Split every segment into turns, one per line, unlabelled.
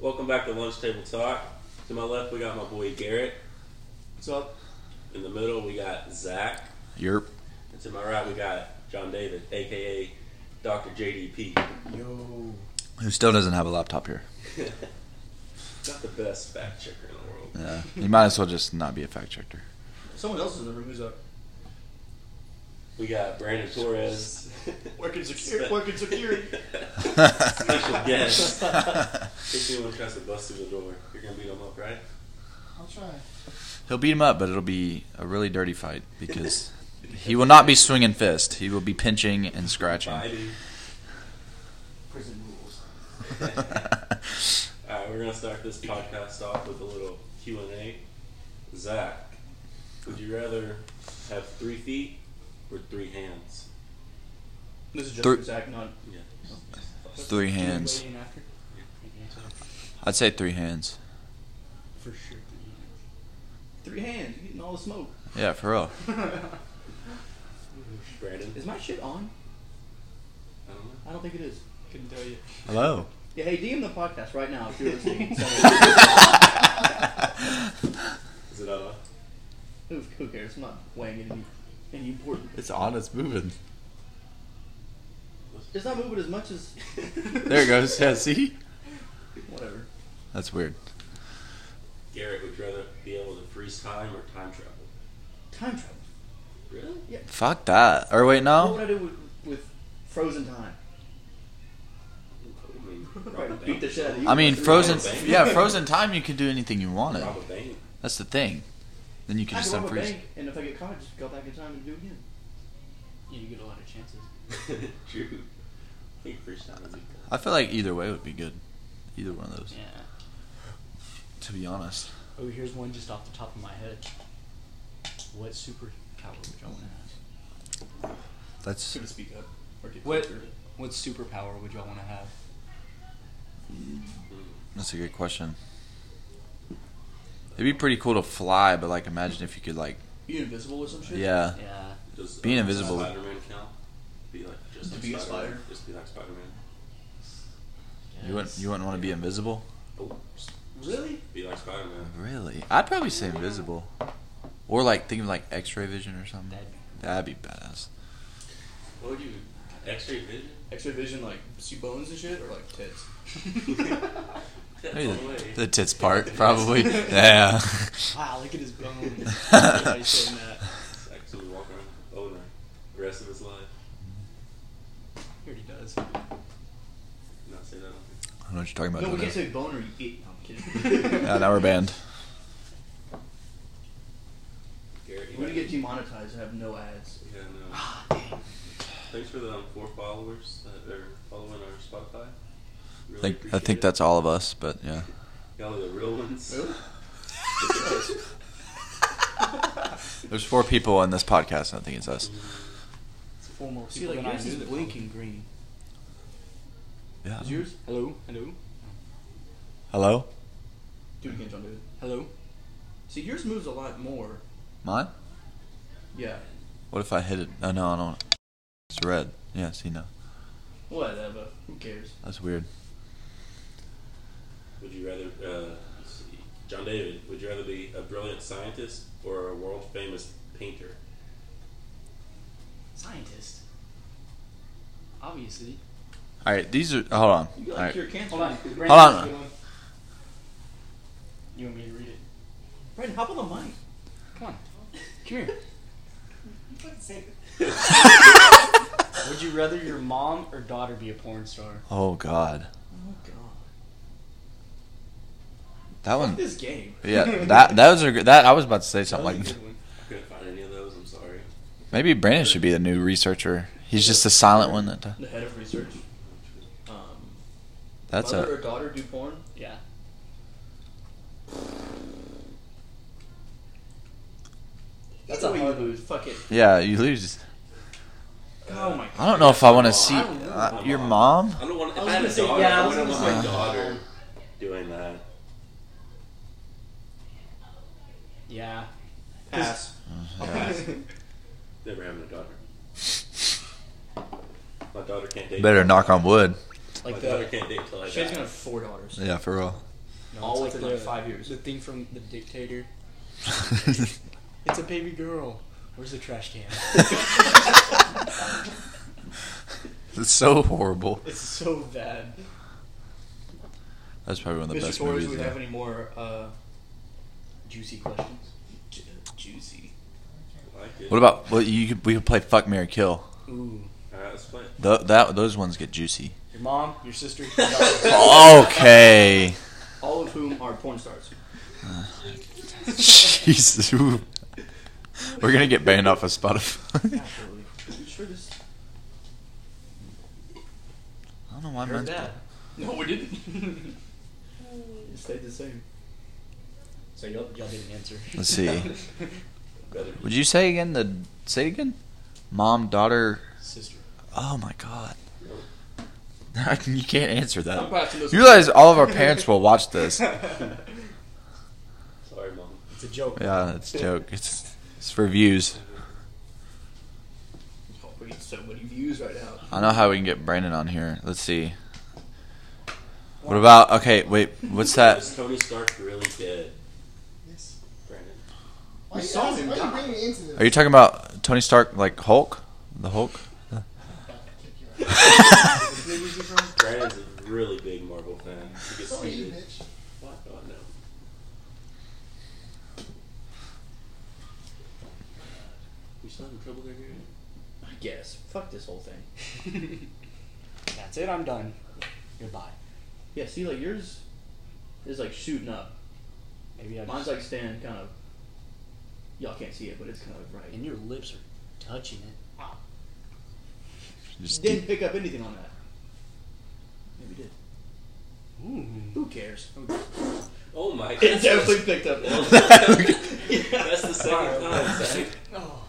Welcome back to Lunch Table Talk. To my left, we got my boy Garrett.
What's up?
In the middle, we got Zach.
Yerp.
And to my right, we got John David, aka Dr. JDP.
Yo.
Who still doesn't have a laptop here?
Not the best fact checker in the world.
Yeah. You might as well just not be a fact checker.
Someone else is in the room. Who's up?
We got Brandon Torres.
Working security. Working security.
Special guest.
He'll
If anyone tries to bust through the door, you're gonna beat them up, right?
I'll try.
beat him up, but it'll be a really dirty fight because he will not be swinging fist. He will be pinching and scratching.
Biting.
Prison rules.
All right, we're gonna start this podcast off with a little Q and A. Zach, would you rather have three feet or three hands?
This is just
Three-
for Zach, not
Yeah.
three hands.
Weigh in after?
I'd say three hands.
For sure. Three hands. You're getting all the smoke.
Yeah, for real.
Brandon,
is my shit on?
I don't know.
I don't think it is.
Couldn't tell you.
Hello.
Yeah, hey, DM the podcast right now if you're listening.
Is it uh?
who, who cares? I'm not weighing any, any important.
It's on. It's moving.
It's not moving as much as
There it goes. Yeah. See.
whatever.
That's weird.
Garrett would you rather be able to freeze time or time travel.
Time travel.
Really?
Yeah.
Fuck that. Or wait,
What would
no.
I do with, with frozen time?
I mean, rob
Right,
a
beat
bank.
the shit out of you.
I mean,
Three
frozen.
hands.
Yeah, frozen time. You could do anything you wanted.
Rob a bank.
That's the thing. Then you could
I
just
can rob a
unfreeze.
bank, and if I get caught, I just go back in time and do it again.
You get a lot of chances.
True. I think freeze time is equal.
I feel like either way would be good. Either one of those.
Yeah.
To be honest.
Oh, here's one just off the top of my head. What superpower would y'all want to have?
That's
to speak up. Or get
What?
closer.
What superpower would y'all want to have?
that's a good question. It'd be pretty cool to fly, but like imagine if you could like
Be invisible or some shit?
yeah.
Yeah.
Does, uh,
Being invisible.
Spider-Man count? Be like just
To
like
be a
Spider-Man.
spider?
Just be like Spider-Man.
You wouldn't you wouldn't want to be invisible?
Oh, just
Really?
be like Spider-Man.
Really? I'd probably say invisible. Or like think of like X-ray vision or something.
That'd be
That'd be badass.
What would you? X-ray vision?
Extra vision, like, see bones and shit, or like tits?
That's
Maybe
one way.
the, the tits part probably. yeah.
Wow, look at his bones. Everybody's saying that.
It's Actually, walk around with owner the rest of his life.
He already does.
Not say that. on
I don't know what you're talking about.
no, we
don't
can't
know.
say boner, you eat. No, I'm kidding.
Yeah, now we're banned.
Garrett, you
We're gonna
got-
get demonetized and have no ads.
Yeah, no.
Ah,
Thanks for the um, four followers that are following our Spotify. Really
I think I
appreciate
think
it.
that's all of us, but yeah.
y'all are the real ones.
Really?
There's four people on this podcast, and I think it's us.
It's four more
See,
people
like,
than I
yours is
knew that
blinking green.
Yeah.
Is yours?
followed. Hello. Hello.
Hello?
Do it again, John David.
Hello.
See, yours moves a lot more.
Mine?
Yeah.
What if I hit it? Oh, no, I don't. It's red. Yeah, see, no.
Whatever. Who cares?
That's weird.
Would you rather, uh, let's see, John David? Would you rather be a brilliant scientist or a world famous painter?
Scientist. Obviously.
All right, these are. Hold on.
You
All
like
right.
your cancer.
Hold on.
Brandon,
Brandon,
Hold on.
here's a good one. You want me to read it?
Brandon, hop on the mic.
Come on. Come here. Would you rather your mom or daughter be a porn star?
Oh, God.
Oh, God.
That one.
This game.
Yeah, that that was a gr- that I was about to say something like
Good one.
I couldn't find any of those. I'm sorry.
maybe Brandon should be the new researcher. He's just the silent one that
The head of research. Um,
that's
mother
a
or daughter do porn?
Yeah.
That's
a
the way you
hard
lose. Fuck it.
yeah. You lose.
Oh my
I don't know if I want to see
I don't know
uh,
about
your
mom.
mom.
I don't want. If
I
I,
was
had
gonna
a
say-
daughter, I wouldn't want my
um, yeah, I was gonna say-
daughter doing that.
Yeah.
Pass.
Never having a daughter. My daughter can't date.
Better knock on wood.
My
Like
daughter
the
can't date till I
She's
shot.
gonna have four daughters.
Yeah, for real.
No,
All
it's
within, like, five years.
The thing from The Dictator. It's a baby girl. Where's the trash can?
it's so horrible.
it's so bad.
That's probably one of the
Mr.
best
Torres,
movies.
do we
though.
have any more uh,
Juicy questions.
ju- juicy?
I like it.
What about well, you could we could play Fuck Mary Kill.
Ooh.
All right, let's play it.
Tho- that those ones get juicy.
Your mom, your sister, your daughter,
Okay.
all of whom are porn stars.
Jesus. Ooh. We're gonna get banned off of Spotify.
Absolutely. Sure this.
I don't know why
Heard
mine's
that.
No, we didn't. it stayed the same.
So y'all, y'all didn't answer.
Let's see.
Better.
Would you say again the say it again? Mom, daughter.
Sister.
Oh my god. I can- you can't answer
I'm
that.
passing this
You realize all of our parents will watch this.
Sorry, mom.
It's a joke.
Yeah, it's a joke. It's it's for views.
Oh, we get so many views right now.
I know how we can get Brandon on here. Let's see. What about okay, wait, what's that?
Is Tony Stark really dead,
Yes.
Brandon?
Why
We
you,
saw
ask-
him
why
die.
you bringing it into this?
Are you talking about Tony Stark like Hulk? The Hulk?
This nigga's just wrong.
Brandon's a really big Marvel fan. He gets
So are you,
heated.
bitch.
Why do I know? We still having trouble there, Gary?
I guess. Fuck this whole thing.
That's it. I'm done. Goodbye.
Yeah, see, like yours is like shooting up.
Maybe I. Just,
Mine's like standing kind of. Y'all can't see it, but it's kind of right.
and your lips are touching it.
Just
Didn't pick up anything on that. Maybe did.
Ooh.
Who cares?
Oh my god.
It definitely picked up.
That's the second time, Zach.
Oh.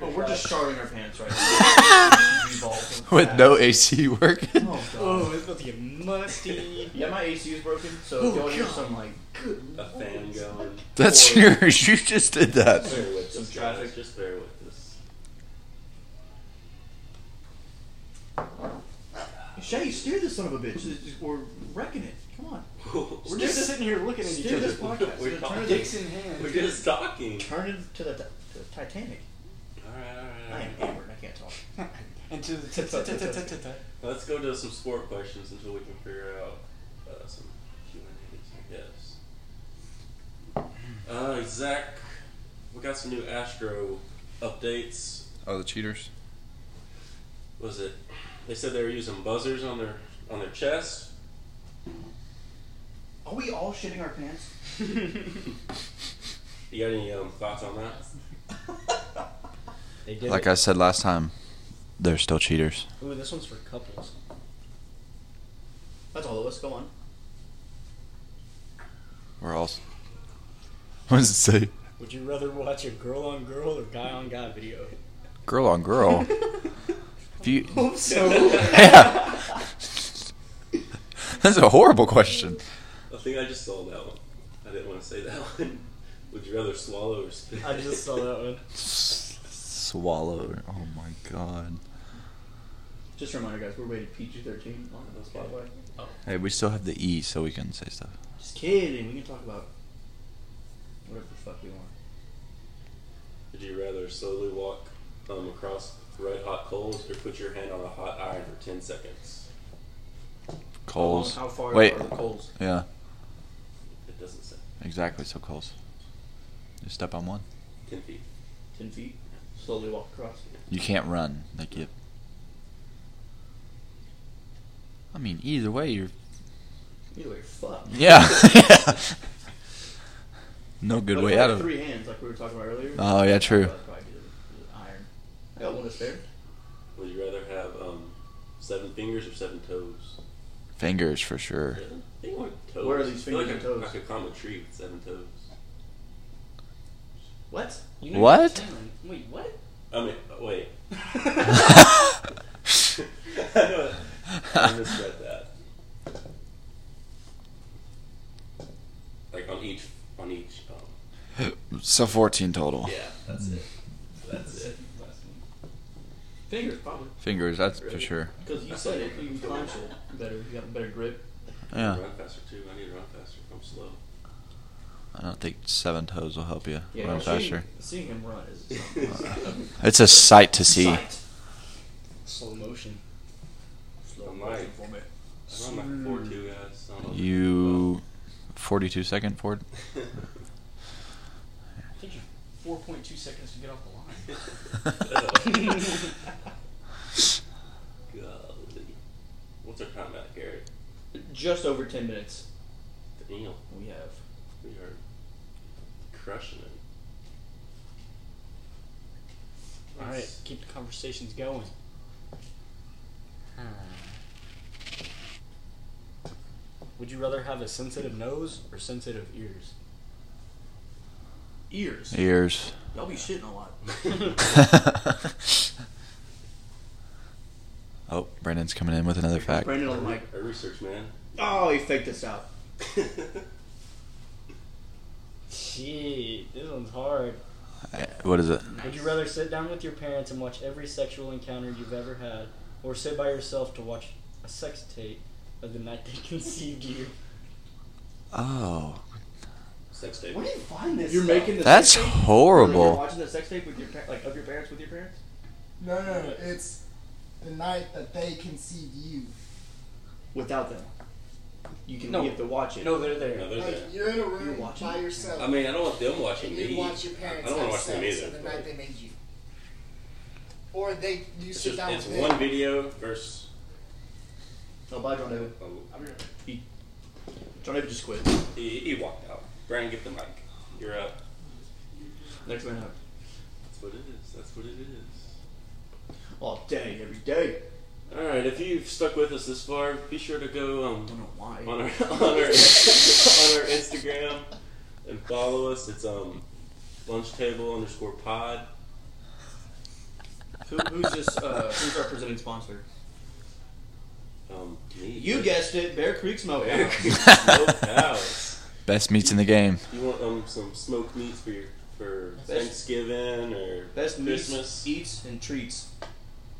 But we're just starting our pants right now.
with no AC working.
Oh, God.
Oh, it's about to get musty.
Yeah, my AC is broken, so
Oh,
if y'all hear
God.
some like
A fan going.
That's
Oh.
yours. You just did that.
Bear with
Some
us,
traffic.
guys. Just bear with us.
Shay, steer this son of a bitch. This is- We're wrecking it. Come on. We're just sitting
here looking
at each other.
We're
We're
talking.
Dicks in hand.
We're just talking.
Turn it to the, to the Titanic.
Alright, alright,
I am
alright.
hammered. I can't talk.
And to the tut- tut- tut- tut- tut- tut.
Let's go to some sport questions until we can figure out uh, some Q and A's, I guess. Uh, Zach, we got some new Astro updates.
Oh, the cheaters.
Was it? They said they were using buzzers on their on their chest.
Are we all shitting our pants?
You got any um, thoughts on that?
They did
Like
like
I said last time, they're still cheaters.
Ooh, this one's for couples.
That's all of us. Go on.
We're all. s- What does it say?
Would you rather watch a girl on girl or guy on guy video?
Girl on girl. If you,
So
yeah. That's a horrible question.
I think I just saw that one. I didn't want to say that one. Would you rather swallow or spit?
I just saw that one.
Swallow. Oh my god.
Just a reminder, guys, we're rated PG 13 on Spotify.
Hey, we still have the E, so we can say stuff.
Just kidding. We can talk about whatever the fuck we want.
Would you rather slowly walk um, across red hot coals or put your hand on a hot iron for ten seconds?
Coles.
How, long, how far
Wait.
are the coals?
Yeah,
It doesn't say.
exactly. So Coles. You step on one.
Ten feet.
10 feet. Slowly walk across.
You can't run. Like you. I mean, either way, you're.
Either way, you're fucked.
Yeah. no good
But
way
if I had
out of it.
Three hands, like we were talking about earlier.
Oh yeah, true.
I'd probably do the- the iron. I got one to spare.
Would you rather have um, seven fingers or seven toes?
Fingers for sure.
They want toes.
Where are these
I feel like
fingers and
I,
toes?
I could climb a tree with seven toes.
What?
You know
What?
you're telling- Wait, what?
I mean, uh, wait. I know. I misread that. Like on each, on each. Um,
So 14 total.
Oh,
yeah, that's it. That's it.
Fingers, probably.
Fingers, that's for sure.
Because you said it, you punch it better. You got a better grip.
Yeah.
Run faster too. I need to run faster. I'm slow.
I don't think seven toes will help you
Yeah,
run
seeing,
faster.
Seeing him run is
It's a sight to see.
sight.
Slow motion.
I might.
for me.
I'm on my 4 2, guys. I don't know if
You, forty-two second Ford.
I think you four point two seconds to get off the line.
Golly. What's our time at, Garrett?
Just over ten minutes.
Damn.
We have.
We are crushing it.
All right,
Let's-
keep the conversations going. Hmm. Would you rather have a sensitive nose or sensitive ears?
Ears.
Ears.
Y'all be shitting a lot.
oh, Brandon's coming in with another fact.
Brandon on the mic.
I research, man.
Oh, he faked us out.
Gee, this one's hard.
I- What is it?
Would you rather sit down with your parents and watch every sexual encounter you've ever had, or sit by yourself to watch a sex tape of the night they conceived you?
Oh,
Sex tape.
Where do you find this?
You're
stuff?
making the
that's
sex tape?
You're
horrible.
watching the sex tape with your par- like of your parents with your parents.
No, no, no. It's the night that they conceived you.
Without them, you can
No.
you have to watch it.
No, they're there.
No, they're
Like
there.
you're in a
You're
room
watching
by
it.
yourself.
I mean, I don't want them watching
and
me.
you watch your
I-
parents
I don't want
have
to watch them
sex
either.
on the
but
night they made you. Or they you
It's,
sit
just,
down
it's
with
one
them.
video versus.
No, bye, John David.
Oh,
John David just quit.
he, he walked out. Brian, get the mic. You're up.
Next man up.
That's what it is. That's what it is.
All day, Oh, every day.
All right, if you've stuck with us this far, be sure to go um,
I don't know why.
on our on our, on our Instagram and follow us. It's um lunch table underscore pod.
Who, who's this? Uh, who's our presenting sponsor?
Um, me.
You guessed it, Bear Creek Smoke.
Bear Creek Smokehouse.
Best meats in the game.
You want um some smoked meats for your for
Best-
Thanksgiving or
Best
Christmas?
meats, eats, and treats.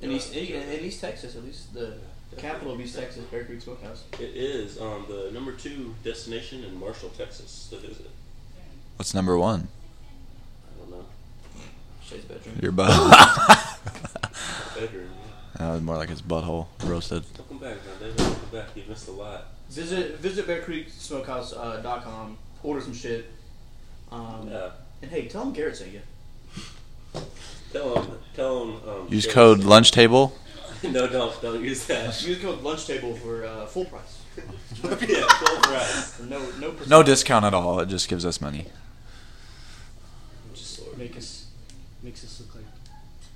In East, in, in East Texas, at least the capital of East Texas, Bear Creek Smokehouse.
It is um the number two destination in Marshall, Texas to visit.
What's number one?
I don't know.
Shay's bedroom.
Your butt.
Bedroom.
that was more like his butthole roasted.
Welcome back, John David. Welcome back. You missed a lot.
Visit visit BearCreekSmokehouse.com. Uh, .com, order some shit. Um,
Yeah.
And hey, tell them Garrett sent you.
Tell them. Tell them. Um,
Use
James-
code lunch table.
no, don't don't use that.
You can go to lunch table for uh, full price.
yeah, full price.
For no no. percent-
No discount at all. It just gives us money.
Just make us makes us look like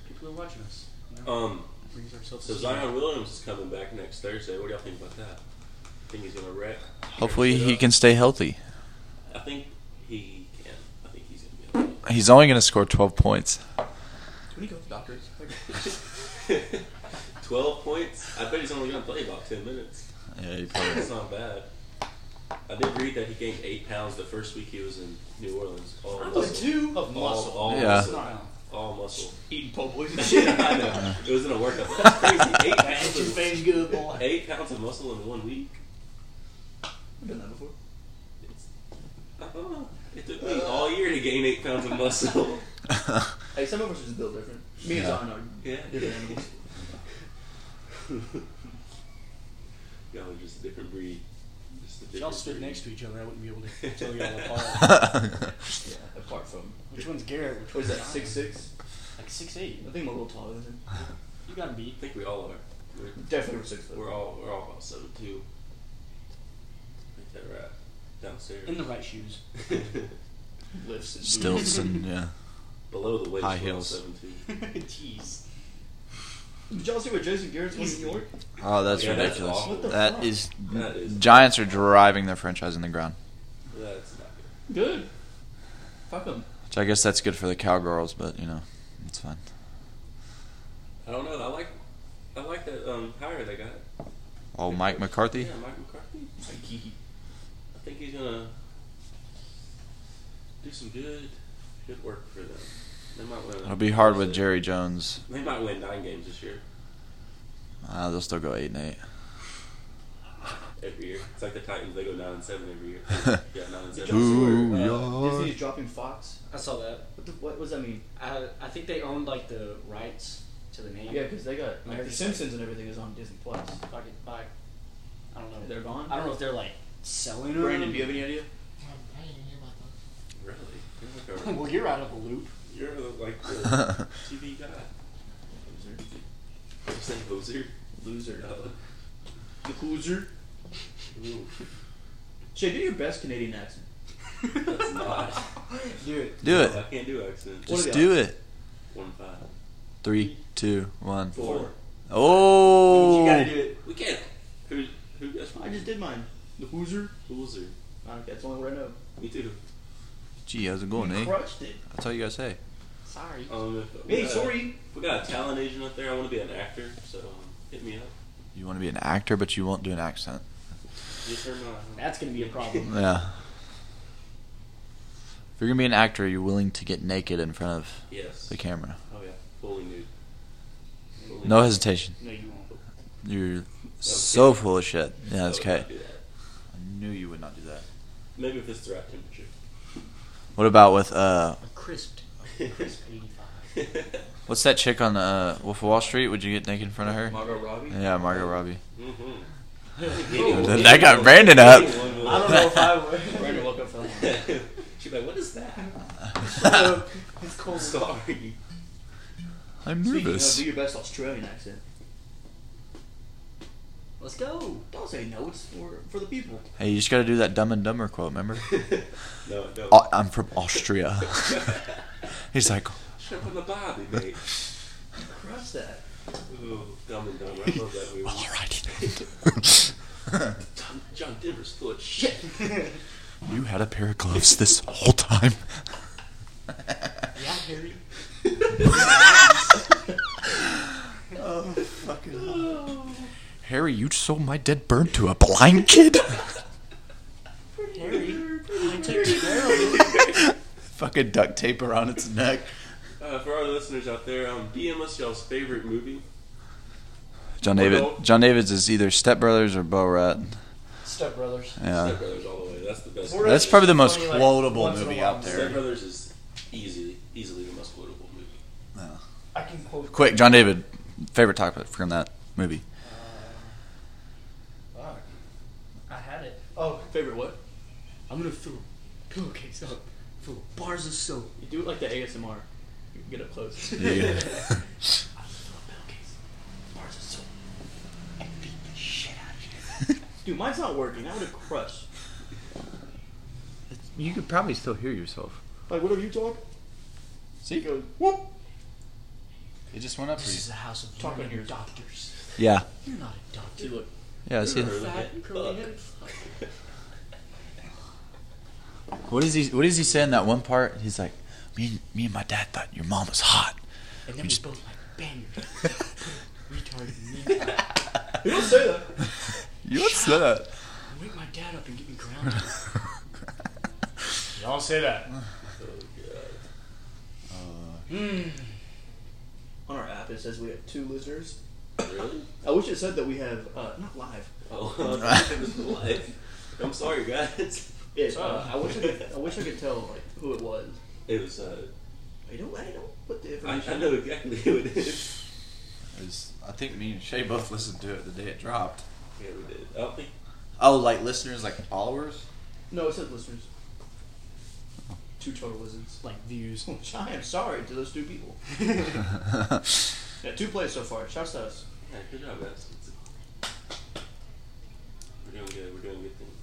people are watching us. You know?
Um,
Brings ourselves.
so Zion Williams is coming back next Thursday. What do y'all think about that? Think he's gonna wreck?
Hopefully, he can stay healthy.
I think he can. I think he's gonna be.
He's only going to score 12 points.
When you go to the doctor, it's like,
okay. Twelve points. I bet he's only gonna play about ten minutes.
Yeah, he
That's not bad. I did read that he gained eight pounds the first week he was in New Orleans. All
Oh.
muscle.
two of
All,
muscle.
all
Yeah.
muscle. All muscle.
Eating po' boys and shit.
Yeah, I know. It was in a workout. That's crazy. Eight pounds,
Your
of,
face good boy.
eight pounds of muscle in one week.
I've done that before.
It's, I don't know. It took me all year to gain eight pounds of muscle.
Hey, some of us are just built different. Me and
Yeah.
Zion are
yeah.
different animals.
Y'all are just a different breed. Just a
If y'all
different
stood
breed.
next to each other, I wouldn't be able to tell y'all apart.
probably.
Yeah, apart from
Which one's Garrett? Which
what
one's
is that?
Zion?
Six six.
Like six eight.
I think I'm a little taller than him.
You gotta be.
I think we all are. We're,
Definitely over six foot.
we're all we're all about seven two. Ain't that right? Downstairs.
In the right shoes.
lifts and
Stilts and yeah.
Below the waist.
High
we're all
heels.
Seven two.
Jeez.
Did y'all see what Jason Garrett's won in New York?
Oh, that's
Yeah, that's
ridiculous.
awful. What
the
that
fuck?
is
That is-
Giants are driving their franchise in the ground,
That's not good.
Good. Fuck him.
which I guess that's good for the cowgirls, but you know, it's fine.
I don't know. I like I like that um hire they got.
Oh, Mike McCarthy.
Yeah, Mike McCarthy. I think he's gonna do some good good work for them. They might win.
It'll be hard with Jerry Jones.
They might win nine games this year.
Uh, they'll still go eight and eight.
Every year, it's like the Titans. They go nine and seven every year. yeah, nine and
Did
seven.
y'all see
Ooh,
where,
yeah.
uh, Disney's dropping Fox?
I saw that.
What, the, what, what does that mean?
I, I think they owned like the rights to the name.
Yeah, because they got like
American
The Simpsons and everything is on Disney Plus.
Fucking buy. I don't know.
They're gone.
I don't know if they're like selling them.
Brandon, do you have any idea?
Um, I didn't hear about those.
Really? You're like,
well, you're out of the loop.
a- you're like the TV guy.
Loser.
You say hoser?
Loser.
No.
The loser.
Ooh,
Shay, do your best Canadian accent.
that's not.
Do it.
Do
No, I
it.
can't do accents.
What
Just
do you
do it.
One and five.
Three, two, one.
Four.
You gotta
Oh,
do it.
We can't. Who? Who guessed?
I just did mine. The loser.
Hoser.
Uh, that's the only one I know.
Me too.
gee, how's it going,
You
eh?
crushed it. Uh,
That's all you guys say.
Sorry.
Oh,
Um, if, we
Hey,
got a-
sorry.
if we got a talent agent up there. I want to be an actor, so um, hit me up.
You want to be an actor, but you won't do an accent.
Just heard my.
That's gonna be a problem.
Yeah. If you're gonna be an actor, you're willing to get naked in front of
Yes.
the camera.
Oh yeah, fully nude. Fully
No
nude.
hesitation.
no, you won't.
You're so full of shit. Yeah,
I would
that's okay.
not do that.
I knew you would not do that.
Maybe if it's the right temperature.
What about with uh,
A crisped, crisp 85.
what's that chick on uh, Wolf of Wall Street? Would you get naked in front of her?
Margot Robbie.
Yeah, Margot Robbie.
mm-hmm.
That got Brandon up.
I don't know if I would.
Brandon woke up from.
She's like, what is that?
It's cold.
Sorry.
I'm
Speaking of,
nervous.
do your best Australian accent.
Let's go.
Don't say no. It's for, for the people.
Hey, you just gotta do that Dumb and Dumber quote. Remember?
No, no.
Au- I'm from Austria. He's like,
Shut up on the Bobby, mate.
Crush that.
Ooh, dumb and dumber. I love that movie.
well, alrighty. then."
Tom, John Denver's full of shit.
you had a pair of gloves this whole time.
Yeah, Harry.
Harry, you sold my dead bird to a blind kid.
Harry. I took Daryl.
Fucking duct tape around its neck.
Uh, for our listeners out there, um, DM us y'all's favorite movie.
John David.
Well-
John David's is either Step Brothers or Bo Rat.
Step Brothers.
Yeah.
Step Brothers all the way. That's the best.
We're-
Uh. That's probably the most
Funny, like,
quotable
once in a
movie
while.
out
Step
there.
Brothers is easily, easily the most quotable movie.
I can quote.
Quick, John David, favorite topic from that movie.
Fuck. I had it.
Oh, favorite what?
I'm gonna fill a pillowcase up full of bars of soap.
You do it like the ASMR. You can get up close.
Yeah.
Bars of soap. And beat the shit out of you. Dude, mine's not working. I would have crushed.
You could probably still hear yourself.
Like, whatever you talk,
See,
you go whoop.
it just went up.
This is a house of
Talk on
learned
yours.
doctors.
Yeah,
You're not a doctor.
See, look.
yeah. I see. that.
Fat and curly headed.
What is he? What is he saying? That one part? He's like, me, me and my dad thought your mom was hot.
And then we both like bang. Retarded me.
You don't say that.
You would say that.
Wake my dad up and get me grounded.
Y'all say that.
Oh,
Hmm.
On our app, it says we have two listeners.
Really?
I wish it said that we have, uh, not live.
Oh, I was life. I'm sorry, guys.
Yeah, uh, I wish I could, I wish I could tell like who it was.
It was. Uh,
I don't, I don't put the
I,
information.
I know exactly who it is.
I think me and Shay both listened to it the day it dropped.
Yeah, we did. I don't think.
Oh, like listeners, like followers.
No, it said listeners. Two total listens.
like views.
I am sorry to those two people. Yeah, two plays so far. Shouts to us.
Yeah, good job, guys. It's- We're doing good. We're doing good things.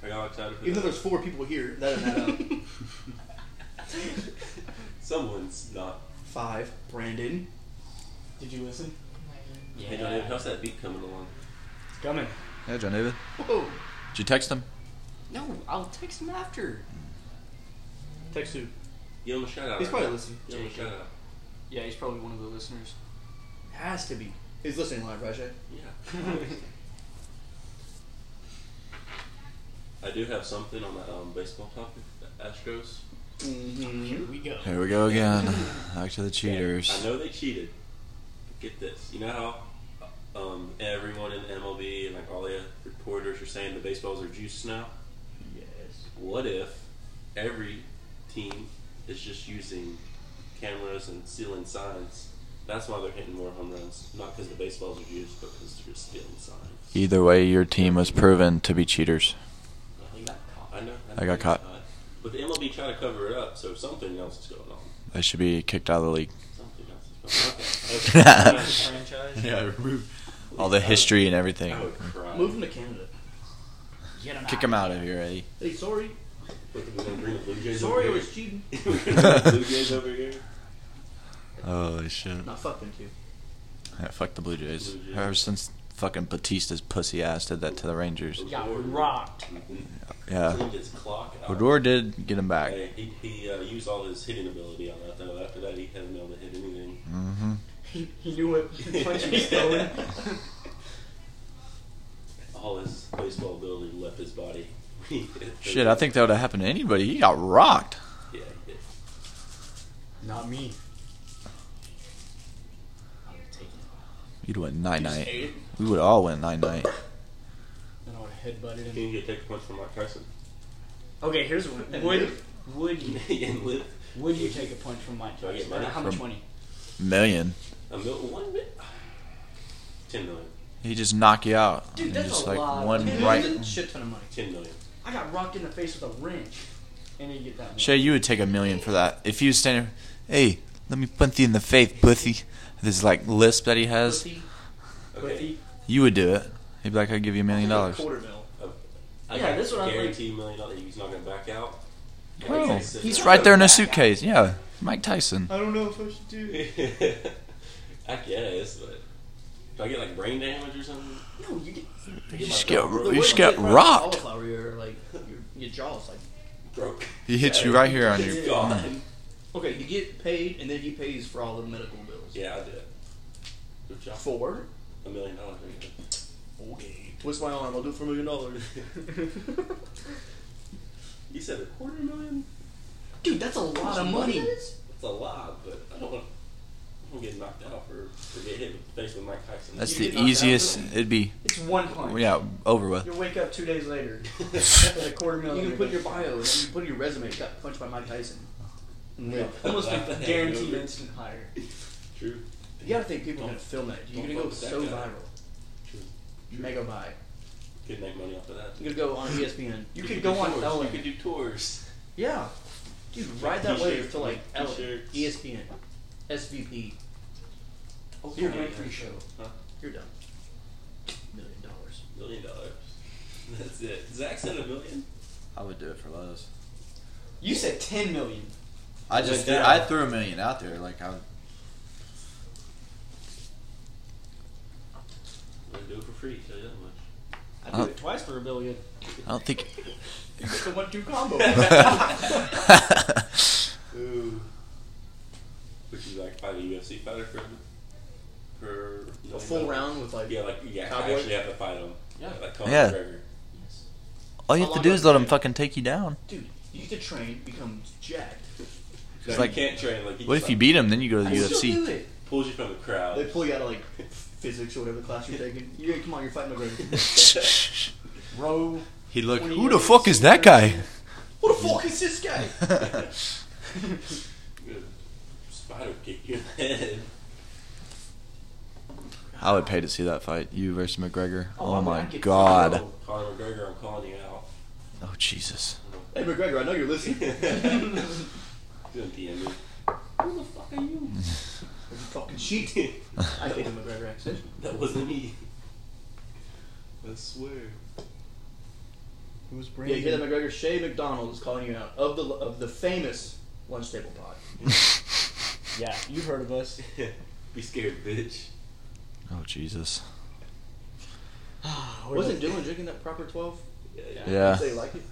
Are y'all excited for
Even though
that?
there's four people here, that is not
Someone's not.
five. Brandon.
Did you listen?
Hey, John, David, how's that beat coming along?
It's coming.
Yeah, John David.
Whoa.
Did you text him?
No, I'll text him after.
Text two.
Give him a shout out.
He's
right?
probably listening.
Give him a shout out.
Yeah, he's probably one of the listeners.
Has to be. He's listening live, right, Shay?
Yeah. I do have something on the um, baseball topic, the Astros.
Here we go.
Here we go again. Back to the cheaters.
I know they cheated. But get this. You know how um, everyone in MLB and like all the reporters are saying the baseballs are juiced now?
Yes.
What if every team is just using cameras and stealing signs? That's why they're hitting more home runs. Not because the baseballs are used, but because they're stealing signs.
Either way, your team was proven to be cheaters.
He got caught.
I know.
I got caught.
But the MLB tried to cover it up, so something else is going on.
They should be kicked out of the league.
Something else is going on. Okay. okay.
franchise.
remove all the history and everything.
I would cry.
Move him to Canada.
Get him
Kick them out of here, Eddie.
Hey, sorry.
What, we're gonna bring the Blue Jays
Sorry I
over
was cheating.
here? We're gonna bring the Blue Jays over here?
Holy shit!
Nah, fuck them too.
Yeah, fuck the Blue Jays.
Blue Jays.
Ever since fucking Batista's pussy ass did that to the Rangers.
Got rocked.
Yeah, Uh,
Cleaned his clock out.
Odor did get him back.
Hey, he, he uh, used all his hitting ability on that though. After that, he hasn't been able to hit anything.
Mm-hmm.
He, he knew what punch he was throwing.
All his baseball ability left his body. He hit
Shit, I think that would have happened to anybody. He got rocked.
Yeah, he did.
Not me. I would have taken
You'd went nine
Just
night.
ate it.
We would all went nine night.
it. Then I would have headbutted
Can
him.
you get take a punch from Mike Tyson?
Okay, here's one. Would would you
and live
would you take a punch from Mike
Do I get
Tyson?
money?
How much
From-
money?
Million.
a mil- one mi- ten million.
He just knock you out.
Dude,
And
that's
just
a
like
lot.
one
Dude,
right.
a shit ton of money.
Ten million.
I got rocked in the face with a wrench, and you get that. Much.
Shay, you would take a million for that. If you was standing, hey, let me punch you in the face, pussy. This like lisp that he has.
Okay.
You would do it. He'd be like, I'd give you a million dollars.
Quarter mil.
I
Yeah,
got
this one I'm like-
guarantee million dollars. He's not gonna back out.
Oh,
Yeah, sit
he's
down.
right there in a suitcase. Yeah, Mike Tyson.
I don't know if I should do it.
I guess, but do I get like brain damage or something?
No, you get.
You just get,
the
you
wood
just
would
get
probably
rocked.
cauliflower Your like your, your jaws like.
Broke.
He hits you right here on your. hmm,
Gone.
Okay, you get paid, and then he pays for all the medical bills.
Yeah, I did. it. Good job.
For
A million dollars. there you
okay, twist my arm. I'll do it for a million dollars.
go. You said a quarter million?
Dude, that's a lot of money.
That's a lot, but I don't want to get knocked out for, for getting hit in the face with Mike Tyson.
That's
You
the easiest. It'd be
It's one punch.
yeah over with.
You'll wake up two days later with a quarter
You
million.
can put your bio, and then you put your resume. Got punched by Mike Tyson.
Yeah.
Almost
Like that.
guaranteed instant hire.
True.
You gotta think people are
Don't-
gonna film that. You're
don't
gonna go
fuck that
so
guy.
viral.
True.
Mega buy.
Could make money off of that.
You're gonna go on ESPN.
You could go on
tours.
Ellen.
You could do tours.
Yeah. Dude, ride that wave
T-shirt,
to like L-
t-shirts.
ESPN, SVP.
Oh,
Your
yeah.
Winfrey show.
Huh?
You're done. Million dollars.
Million dollars. That's it. Zach said a million.
I would do it for less.
You said ten million.
I
just threw- I
threw a million out there. Like I.
I'd do it for free. Tell you that much.
I do
Huh?
it twice for a billion.
I don't think.
It's a one-two combo.
Ooh. Would you like fight a UFC fighter for for
A full round with like.
Yeah, like yeah,
Cowboy?
actually have to fight him.
Yeah.
like Conor
Yeah.
McGregor.
Yes.
All you have to do is let him fucking take you down.
Dude, you get to train, become jacked.
No,
like-
you can't train. Like, he
What
just,
if you
like,
beat him? Then you go to the
I still do
UFC.
it.
Pulls you from the crowd.
They pull you out of like physics or whatever class you're taking. You're come on, you're fighting McGregor.
Row.
He'd look.
20
Who the
years,
fuck is that guy?
Who the fuck is this guy?
Good. Spider kick you in the head.
I would pay to see that fight. You versus McGregor.
Oh,
Oh,
I mean,
my
I'd get
god.
killed.
Conor McGregor, I'm calling you out.
Oh Jesus.
Hey McGregor, I know you're listening.
Don't DM me. Who the fuck are you?
You fucking sheet. I hate the McGregor accent.
That wasn't me. I swear.
It was
Yeah,
Brandon.
you hear that McGregor? Shay McDonald is calling you out of the of the famous lunch table pod.
Yeah, you've heard of us.
Be scared, bitch.
Oh Jesus.
Oh, We're
Wasn't
the-
Dylan drinking that proper twelve?
Yeah.
They like it.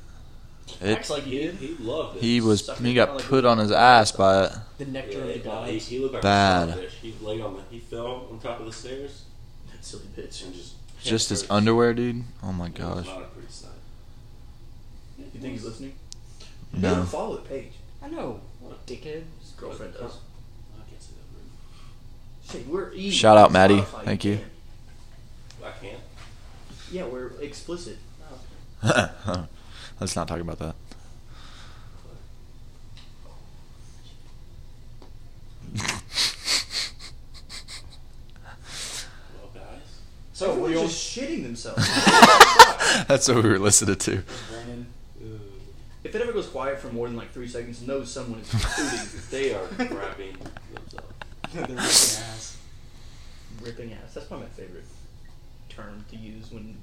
It,
acts like you
He,
did.
he loved it.
he was. He got put on his ass by it.
The
Yeah,
nectar of the
it- he,
gods.
he looked like
Bad.
a starfish. He laid on the. He fell on top of the stairs
That silly bitch.
and just.
Just his
Yeah,
underwear, dude. Oh my
it was
gosh.
not a pretty sight.
You think he's listening? He
No.
doesn't follow the page.
I know,
What?
dickhead. Oh,
His girlfriend does.
I can't say that word.
Shit, we're E.
Shout out, Maddie.
Spotify,
Thank you.
can't.
I can't.
Yeah, we're explicit.
Let's not talk about that.
Well, guys.
So
Everyone's
we all
just shitting themselves.
That's what we were listening to.
Brandon.
if it ever goes quiet for more than like three seconds, know someone is including
They are grabbing themselves.
They're ripping ass.
ripping ass. That's probably my favorite term to use when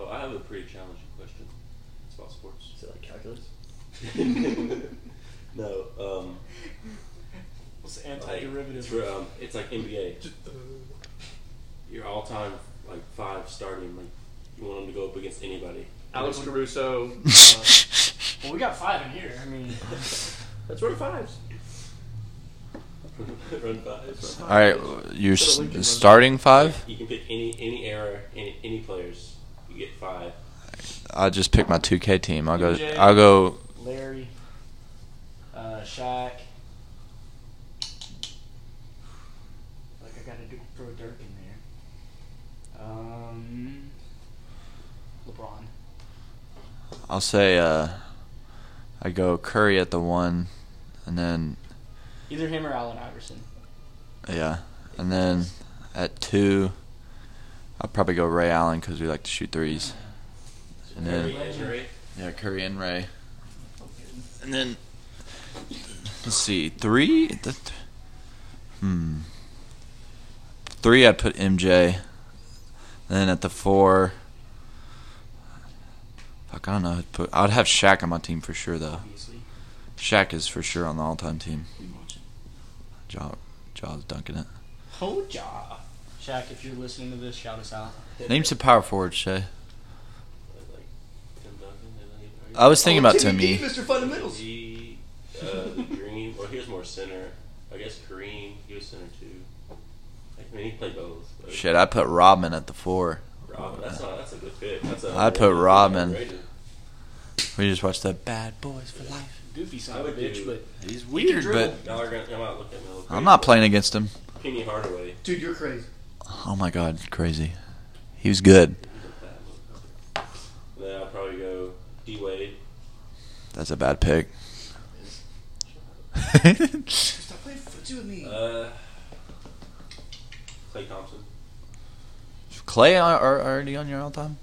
Oh, I have a pretty challenging question. It's about sports.
is it like calculus?
no, um,
What's
like, it's,
antiderivative?
for, um, it's like NBA. Your all-time like five starting, like you want them to go up against anybody.
Alex Caruso.
Well, we got five in here. I mean,
That's where fives.
Run five.
All right, you're s- starting five.
You can pick any any era, any any players. You get five.
I'll just pick my 2K team. I'll go. I'll go.
Larry, uh, Shaq. Like I gotta do, throw Dirk in there. Um, LeBron.
I'll say. Uh, I go Curry at the one, and then
Either him or Allen Iverson.
yeah, and then at two, I'll probably go Ray Allen because we like to shoot threes. And
Every
then
injury.
yeah, Curry and Ray. And then let's see, three. The th- hmm. Three, I'd put MJ. Then at the four, fuck, I don't know. I'd put. I'd have Shaq on my team for sure, though.
Obviously.
Shaq is for sure on the all-time team. Jaw, Jaw's dunking it.
Ho ja. Shaq, if you're listening to this, shout us out.
Name some power forwards, Shay.
Like Tim Duncan. and then-
I was thinking about
Timmy
Timmy.
D, Mr. Fundamentals.
G, uh, Green. Well, he was more center. I guess Kareem. He was center too. Like, I mean, he played both. But
Shit, I put Rodman at the four.
Rob, that's not. That's a good pick. That's a
I'd put Rodman.
Underrated.
We just watched that Bad Boys for Life.
Goofy son
I
of a
would
bitch,
do-
but
He's
weird,
weird, but
dribble.
Y'all are gonna come out looking at me. look
I'm
crazy.
not playing against him.
Penny Hardaway.
Dude, you're crazy.
Oh my god, crazy. He was good.
Then I'll probably go D Wade.
That's a bad pick.
Stop playing footsie with me.
Uh, Clay Thompson.
Clay are, are already on your all-time.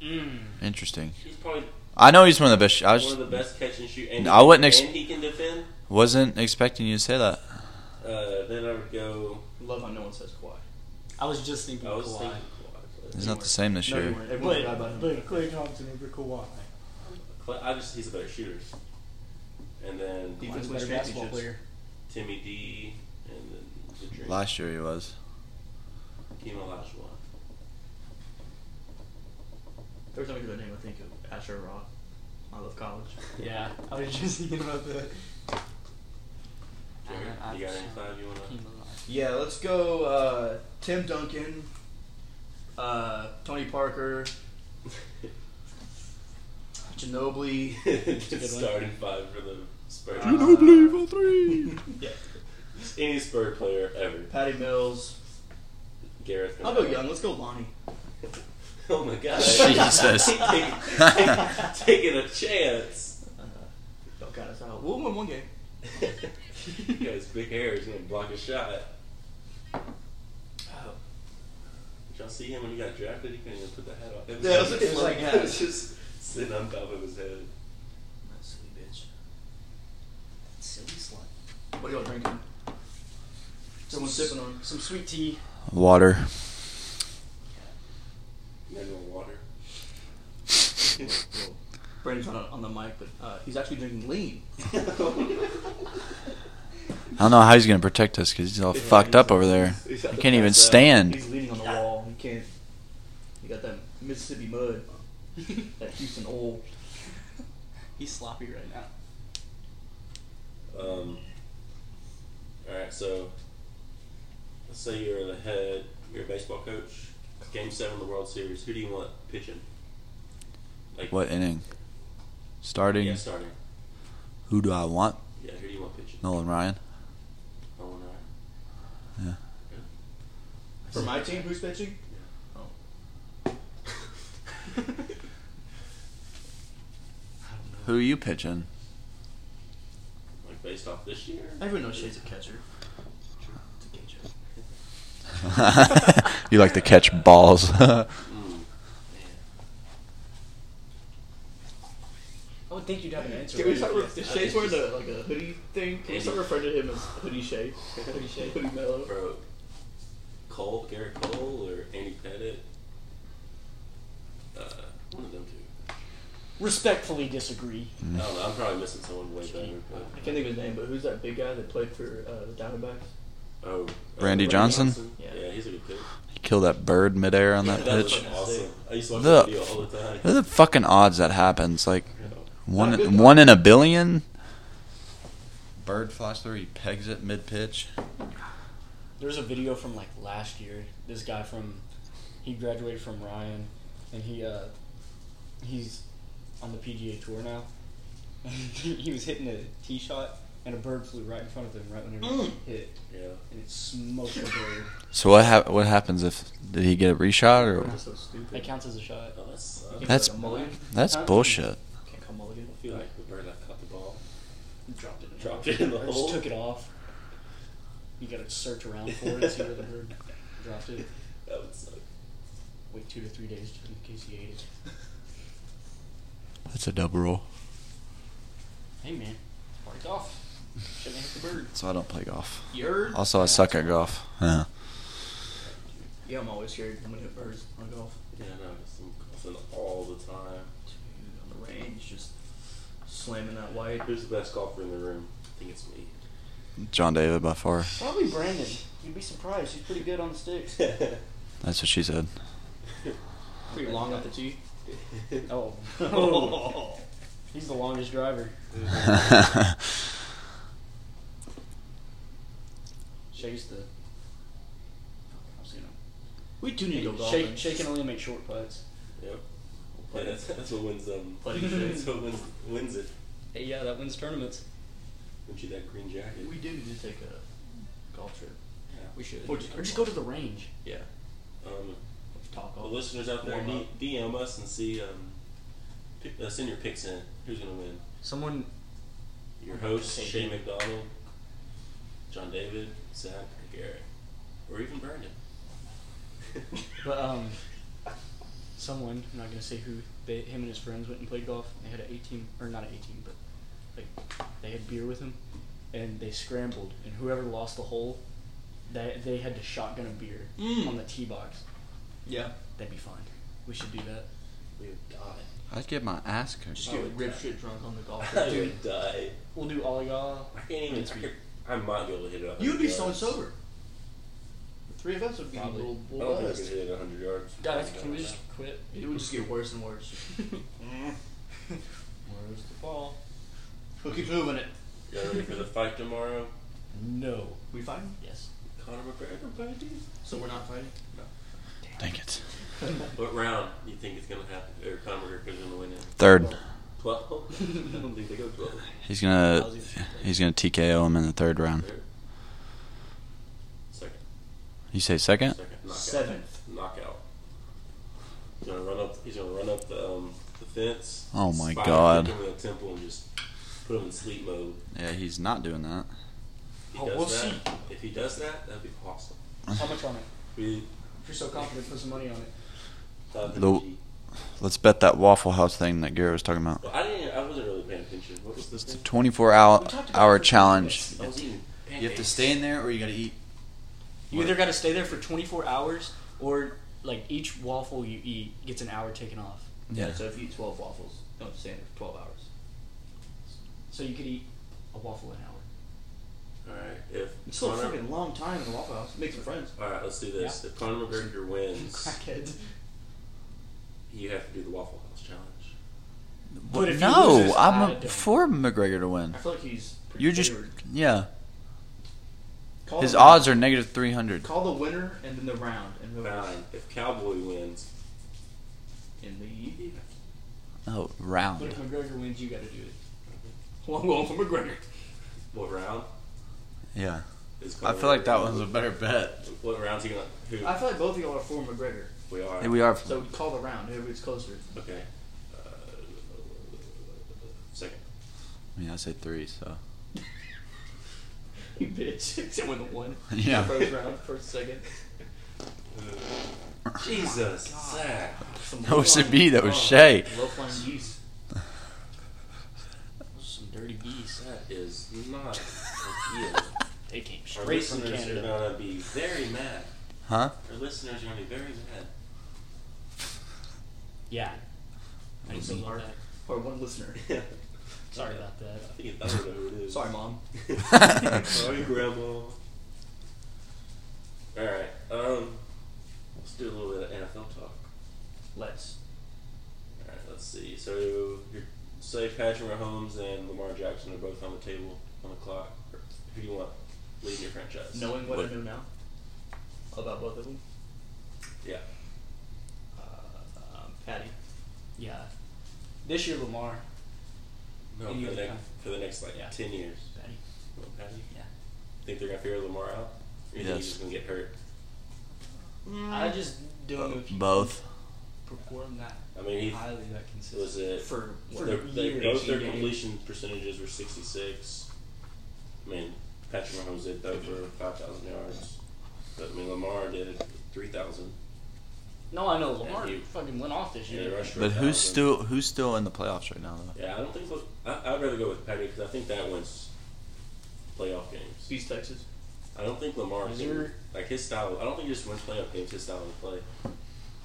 mm,
Interesting.
He's probably
I know he's one of the best. I
one
was,
of the best catch and shoot. And
I wouldn't ex-
And he can defend.
wasn't expecting you to say that.
Uh, then I would go.
Love how no one says Kawhi.
I was just thinking
I was
Kawhi.
thinking
He's
Kawhi.
not the same this
No, you
year.
weren't. Everyone forgot about him.
Clay Thompson over Kawhi.
but Clay, I just he's a better shooter. And then
Defense
Kawhi's a
wins
better basketball
championships.
player.
Timmy D. And then the Dream.
Last year he was.
Kimo Olajuwon.
Every time I hear that name, I think of Asher Roth. I love college.
Yeah, I was just thinking about that.
Jared,
I-
you got
I-
any five you wanna?
Yeah, let's go uh, Tim Duncan, uh, Tony Parker, Ginobili.
Starting five for the Spurs.
You don't believe
all three.
yeah.
Any Spur player ever.
Patty Mills.
Gareth.
I'll go young. Let's go Lonnie.
Oh my god.
Jesus.
Taking- Taking a chance.
Oh, God, that's not. We'll win one game.
he got his big hair. He's gonna block a shot. Oh. Did y'all see him when he got drafted? He couldn't even put the hat on. It was,
Yeah, it was
it was
like-
like it was just sitting on top of his head.
That silly bitch. Silly slut. What are y'all drinking? Someone sipping on.
Some sweet tea.
Water.
Mineral water.
Brandon's on, on the mic, but uh, he's actually drinking lean.
I don't know how he's gonna protect us because he's all fucked up over there. He
He's at the
can't even
pass out.
stand.
He's leaning on the wall. He can't. He got that Mississippi mud. that Houston oil.
He's sloppy right now.
Um, all right, so let's say you're the head, you're a baseball coach. Game seven of the World Series. Who do you want pitching? Like
What inning? Starting.
Yeah, starting.
Who do I want?
Yeah, who do you want pitching?
Nolan Ryan.
Nolan Ryan.
Yeah.
For my team, who's pitching?
Who are you pitching?
Like based off this year?
Everyone knows Shade's a catcher.
you like to catch balls.
Mm.
I would think you'd have an answer.
Can we
ready
start?
if you
With,
asked-
Shay's wearing the like a hoodie thing. Can we start referring to him as Hoodie Shay? Hoodie Shay. Hoodie Mellow.
Bro, Cole, Garrett Cole, or Andy Pettit? Uh, one of them two.
Respectfully disagree.
I don't know. I'm probably missing someone way better.
I
But,
can't think of his name, but who's that big guy that played for uh, the Diamondbacks?
oh, uh,
Randy Johnson?
Yeah.
Yeah.
he's a good pick.
Kill that bird midair on that
That was
pitch.
awesome. I used to watch
The-
that video all the time.
What are the fucking odds that happens? Like
Not good,
one
though.
one in a billion. Bird flies through. He pegs it mid pitch.
There's a video from like last year. This guy from he graduated from Ryan, and he uh he's on the PGA tour now. he, he was hitting a tee shot, and a bird flew right in front of him right when he hit,
Yeah.
and it smoked the bird.
So what hap- what happens if did he get reshot
We're
or
just so stupid.
That counts as a shot.
Oh, that sucks.
Can't
That's-
call it a mulligan.
that's
Huh?
bullshit?
Can't call mulligan.
I feel like the bird that caught the ball.
Dropped it. In
Dropped it in the
Or
hole.
Just took it off. You gotta search around for it, see where the bird dropped it.
That would suck.
Wait two to three days just in case he ate it.
That's a double roll.
Hey man, parked off. Shouldn't hit the bird.
So I don't play golf.
Yerd.
Also, I suck at golf. Yeah.
Yeah, I'm always here. I'm gonna hit birds on golf.
Yeah, I know. It's something all the time.
Dude, on the range, just slamming that white.
Who's the best golfer in the room? I think it's me.
John David by far.
Probably Brandon. You'd be surprised. He's pretty good on the sticks.
That's what she said.
Pretty long off the tee.
oh. He's the longest driver. Shakes the. I was gonna-
We do need to go golfing.
Shake, Shake can only make short putts.
Yep. Yeah, that's, that's what wins um.
Putting shit.
That's what wins, wins it.
Hey, yeah, that wins tournaments.
Wins you that green jacket.
We do need to take a golf trip.
Yeah.
We should.
Or just, or just go to the range.
Yeah.
Um,
Talk
the
golf.
listeners out there,
Warm
D-
up.
DM us and see. Um, pick, uh, send your picks in. Who's gonna win?
Someone.
Your host,
Say
Shay
who.
McDonald, John David, Zach, or Garrett, or even Brandon.
But, um. Someone, I'm not gonna say who, they, him and his friends went and played golf. And they had an 18, or not an 18, but like they had beer with him. And they scrambled. And whoever lost the hole, they, they had to shotgun a beer
Mm.
on the tee box.
Yeah.
That'd be fun. We should do that.
We would die.
I'd get my ass kicked.
uh, Just
I would
get rip
die.
shit drunk on the golf
I
trip.
would die.
We'll do Oliga.
I can't even. I, could, I might be able to hit it. up.
You'd be so sober. The three of us would be a
Probably.
little
I
little
don't think I could
buzzed.
hit it 100 yards.
Guys, can we just quit?
It would just get worse and worse. Mm.
Where's the ball?
We'll keep moving it.
Y'all ready for the fight tomorrow?
No.
We fighting?
Yes.
Conor McGregor, buddy.
So we're not fighting?
Dang it.
What round do you think is gonna happen? Or Conor McGregor's gonna win it?
Third.
Twelve. I don't think they go twelve.
He's gonna he's gonna TKO him in the third round.
Third. Second.
You say second?
Second. Knockout.
Seventh.
Knockout. He's gonna run up. He's gonna run up the um, the fence.
Oh my
spy
God.
Him in the temple and just put him in sleep mode.
Yeah, he's not doing that.
If he
Oh,
does
we'll
that, If he does that, that'd be awesome.
How much on it?
We
If you're so confident, put some money on it.
thought that
The-
he-
Let's bet that Waffle House thing that Garrett was talking about.
well, I didn't. I wasn't really paying attention. What was the
It's a
thing?
24 hour
We talked about it
hour
for
challenge.
I was eating.
You have to
pancakes.
stay in there or you gotta eat.
You either got to stay there for 24 hours, or like each waffle you eat gets an hour taken off.
Yeah.
So if you eat 12 waffles, don't stand there for 12 hours.
So you could eat a waffle an hour.
All right. If
It's still a
Conor-
fucking long time in the Waffle House. Make some friends.
All right, let's do this. If Conor McGregor wins,
Crackheads.
you have to do the Waffle House challenge.
But if he
no,
loses, I
I'm a,
don't.
for McGregor to win.
I feel like he's pretty
You're just
favored.
yeah.
Call
His
the-
odds are negative 300.
Call the winner and then the round and whoever
Fine. If Cowboy wins,
in the
Oh,
But if
round.
McGregor wins, you got to do it.
Well, I'm going for McGregor.
What round?
Yeah.
Is
I feel like that one's a better bet.
What round's he gonna? Who?
I feel like both of y'all are for McGregor.
we are.
Hey, we are.
So call the round, whoever gets closer.
Okay. Uh, second.
I mean, I said three, so.
You bitch. Except when the one.
Yeah.
First round, first second.
Uh, Jesus, Zach.
Some
That wasn't
low-flying-
me, that
uh,
was Shay.
Low flying geese.
Those are some dirty bees. That is not ideal.
Uh, They came
Our
straight from
listeners are
Canada.
gonna be very mad.
Huh?
Our listeners are gonna be very mad.
Yeah. I didn't think about that.
Or one listener.
Sorry about that.
I think it, I don't know who it is.
Sorry, mom.
Sorry, Grandma. Alright, um, let's do a little bit of NFL talk.
Let's.
Alright, let's see. So, you're, say Patrick Mahomes and Lamar Jackson are both on the table, on the clock. Who do you want leading your franchise?
Knowing what,
What?
I know now about both of them,
Yeah.
uh, um, Patty.
Yeah. This year, Lamar.
No,
Any
for the,
other
next,
time.
for the next, like,
Yeah.
10 years.
Patty.
Well, Patty,
Yeah.
think they're going to figure Lamar out? Or you think
Yes.
he's just going to get hurt?
I just don't know if you
Both.
perform that
I mean, he
highly that consistently.
was it.
For,
Well,
for
their,
years.
they- both their
in game.
completion percentages were 66. I mean, Patrick Mahomes did though for 5,000 yards, but I mean Lamar did 3,000.
No, I know Lamar
And he-
fucking went off this
and
year.
he rushed for
But
1,000.
who's still who's still in the playoffs right now though?
Yeah, I don't think so. I, I'd rather go with Patty because I think that wins playoff games.
East Texas.
I don't think Lamar
Is
can,
there-
like his style. I don't think he just wins playoff games. His style of play.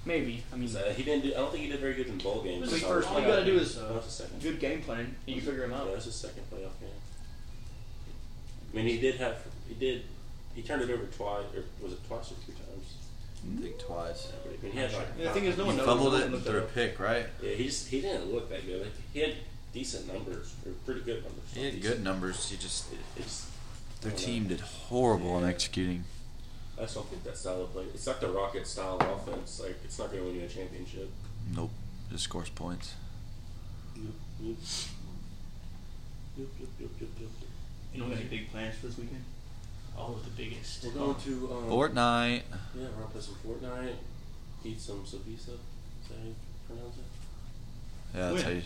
Maybe. I mean,
So uh, he didn't. Do, I don't think he did very good in bowl games.
was his
Solid
first
playoff
All you gotta do
game.
is, uh,
no, it's his second.
Good game plan, and you figure him
No,
out.
it's his second playoff game. I mean, he did have. He did. He turned it over twice, or was it twice or three times?
I think twice.
I mean, he had like.
Yeah, the thing is, no
He
one knows.
fumbled
no
it
one looked
through a
up.
pick, right?
Yeah, he just he didn't look that good. He had decent numbers, or pretty good numbers.
He had good numbers. He just
It, it's,
their team did horrible in executing.
I just don't think that style of play. It's like the rocket style of offense. Like it's not going to win you a championship.
Nope. Just scores points.
Yep, yep. Yep, yep, yep, yep, yep.
You don't have any big plans for this weekend?
oh, the biggest.
We're going to um,
Fortnite.
Yeah, we're gonna play some Fortnite. Eat some sopisa. Is that how you pronounce it?
Yeah, that's how you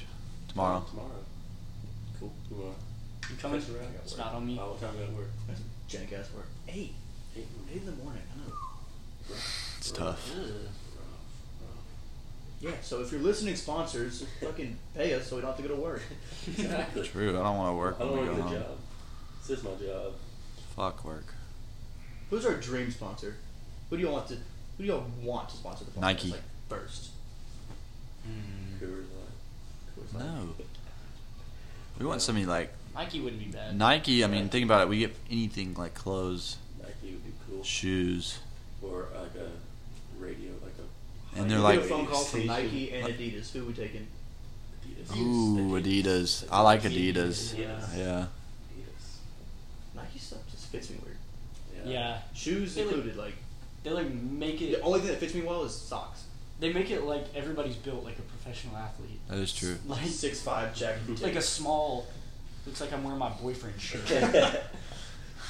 tomorrow.
Tomorrow.
Cool.
Tomorrow.
You coming?
Thanks, Ryan.
It's not on me.
Oh, what time you gotta work?
That's jank ass work. Eight.
Eight.
Eight in the morning. I know.
It's tough.
Yeah. So if you're listening, sponsors, fucking pay us so we don't have to go to work.
Exactly.
True. I don't want to work
I don't
when we
want to
go
get a
home.
job. This is my job.
Fuck work.
Who's our dream sponsor? Who do you want to? Who do y'all want to sponsor the podcast?
Nike.
Like first.
Mm.
Coors
Coors Light.
No. We want somebody like
Nike wouldn't be bad.
Nike. I mean, think about it. We get anything like clothes,
Light. Nike would be cool.
shoes,
Or like a radio, like a.
and they're
You
like,
get a phone call from
station.
Nike and Adidas. Who we taking?
Adidas.
ooh, Adidas. I like Adidas.
Yeah.
Yeah.
Adidas.
Nike stuff just fits me weird.
Yeah.
Shoes
They look-
included. Like
They like make
the
it.
only thing that fits me well is socks.
They make it like everybody's built like a professional athlete.
That is true.
Like
Six five jack.
like a small. Looks like I'm wearing my boyfriend's shirt. it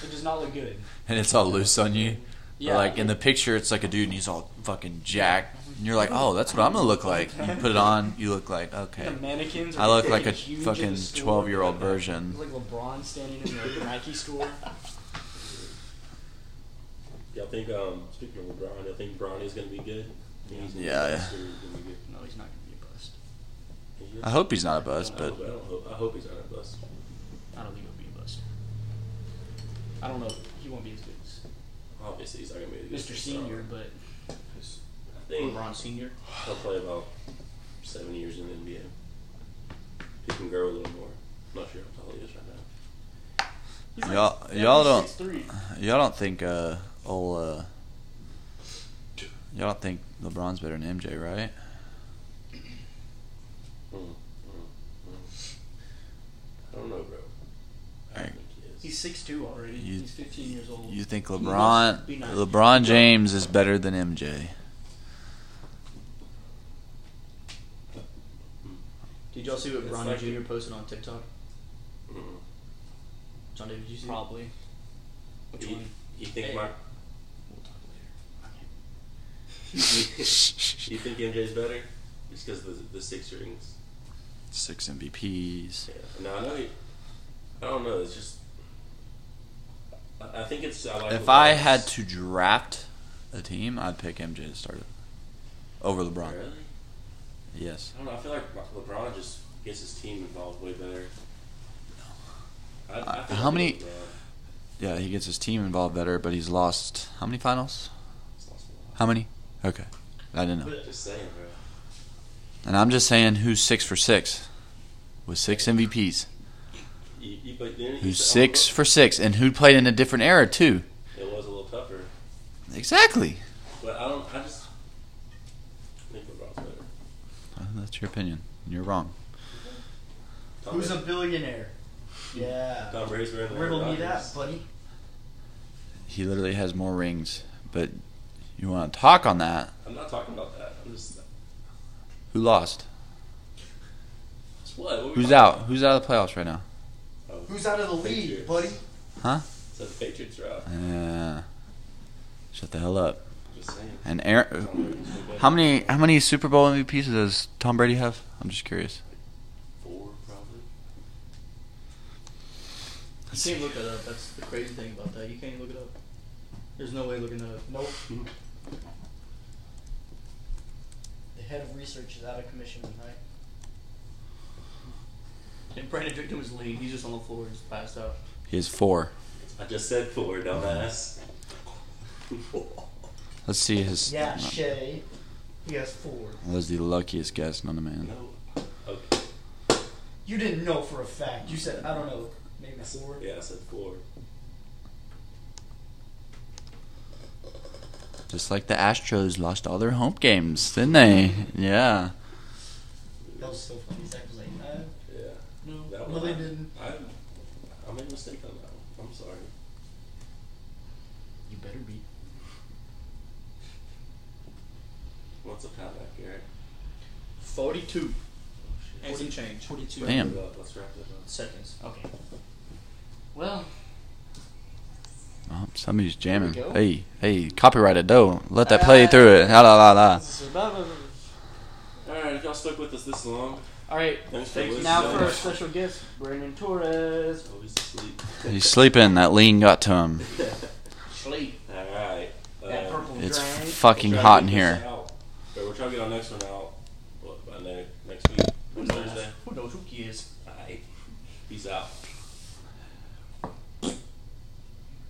does not look good.
And it's all loose on you.
Yeah.
Or, like in the picture, it's like a dude and he's all fucking jacked. And you're like, oh, that's what I'm gonna look like. You put it on, you look like okay.
The mannequins. Are
I look like a
huge in
fucking
the store.
twelve-year-old version.
Like LeBron standing in the Nike store.
Y'all think, um, speaking of LeBron, y'all think Bronny's gonna be good? He's gonna
Yeah,
be-
yeah.
he's gonna be good.
No, he's not gonna be a bust.
He is.
I hope he's not a bust,
I
but
hope- I, don't hope, I hope he's on a bus.
I don't think he'll be a bust. I don't know. He won't be as good as
Obviously, he's not gonna be a good
Mr. Senior, but
I think
LeBron Senior.
He'll play about seven years in the NBA. He can grow a little more. I'm not sure how tall he is right now.
y'all, y'all don't,
6'3".
y'all don't think uh, old, uh, y'all don't think LeBron's better than MJ, right?
Mm, mm, mm. I don't know, bro. I don't
Alright.
think he is.
he's six two already.
You-
he's fifteen years old.
You think
He must
LeBron,
be nice.
LeBron James is better than MJ?
Did y'all see what
It's
Bronny
like-
Junior posted on TikTok?
Mm-mm.
John David, did you see?
Probably.
Which
You,
one?
you think
Hey.
my
We'll talk later.
you think MJ's better? Just because the the six rings.
Six MVPs.
Yeah. No, I know. You, I don't know. It's just. I, I think it's. I like
If
LeBron's.
I had to draft a team, I'd pick MJ to start it over LeBron.
Really?
Yes.
I don't know. I feel like LeBron just gets his team involved way better. I, I
Uh,
think
how
I'd
many-
go LeBron.
Yeah, he gets his team involved better, but he's lost how many finals?
It's lost a lot.
How many? Okay, I didn't know.
Just saying, bro.
And I'm just saying, who's six for six with six MVPs?
You, you, but then you
Who's
said-
six for six, and who played in a different era too?
It was a little tougher,
Exactly.
but I don't. I just think LeBron's better.
Uh, That's your opinion. and You're wrong.
Tom
Who's a
Brady-
billionaire? Yeah.
Tom Brady's better than
Riddle
Aaron
me that,
Rodgers.
buddy.
He literally has more rings, but you want to talk on that?
I'm not talking about that. I'm just.
Who lost?
It's what? what are we
Who's
talking
out? Who's out of the playoffs right now?
about? Oh,
Who's out of the
Patriots.
league, buddy?
Huh?
So the Patriots are out.
Uh, shut the hell up.
Just saying.
And Aaron,
Tom Brady's way better.
how many how many Super Bowl MVPs does Tom Brady have? I'm just curious.
Four, probably.
You can't look that up. That's the crazy thing about that. You can't look it up. There's no way looking that up.
Nope.
The head of research is out of commission tonight. And Brandon Victim was lean. He's just on the floor, just passed out.
He has four.
I just said four, dumbass.
Let's see his.
Yeah,
no,
Shay. He has four.
was the luckiest guess known to man.
no. Okay.
You didn't know for a fact. You said, I don't know, maybe four.
Yeah, I said four.
Just like the Astros lost all their home games, didn't they? Yeah.
That was so funny. Zach was like, uh,
Yeah.
no,
That
no,
one.
they didn't.
I, I made a mistake on that one. I'm sorry.
You better be.
What's a pound back, Garrett?
42.
Oh, shit.
And some change.
42.
Damn.
Wrap it up. Let's wrap it up.
Seconds.
Okay. Well,
Oh, somebody's jamming.
There we go. Ah.
Hey, hey, copyright it though. Let that play through it. La la la la.
All right, if y'all stuck with us this long,
all right.
thanks for listening.
Now for our special guest, Brandon Torres.
Oh, he's asleep.
He's sleeping. That lean got to him.
Sleep.
All right.
That
um,
purple
It's
drain.
fucking
we'll try to
hot in
get this
here.
out. But we're trying to get our next one out what, by ne- next week,
Who knows?
Thursday.
Who knows who he is?
All right. Peace out.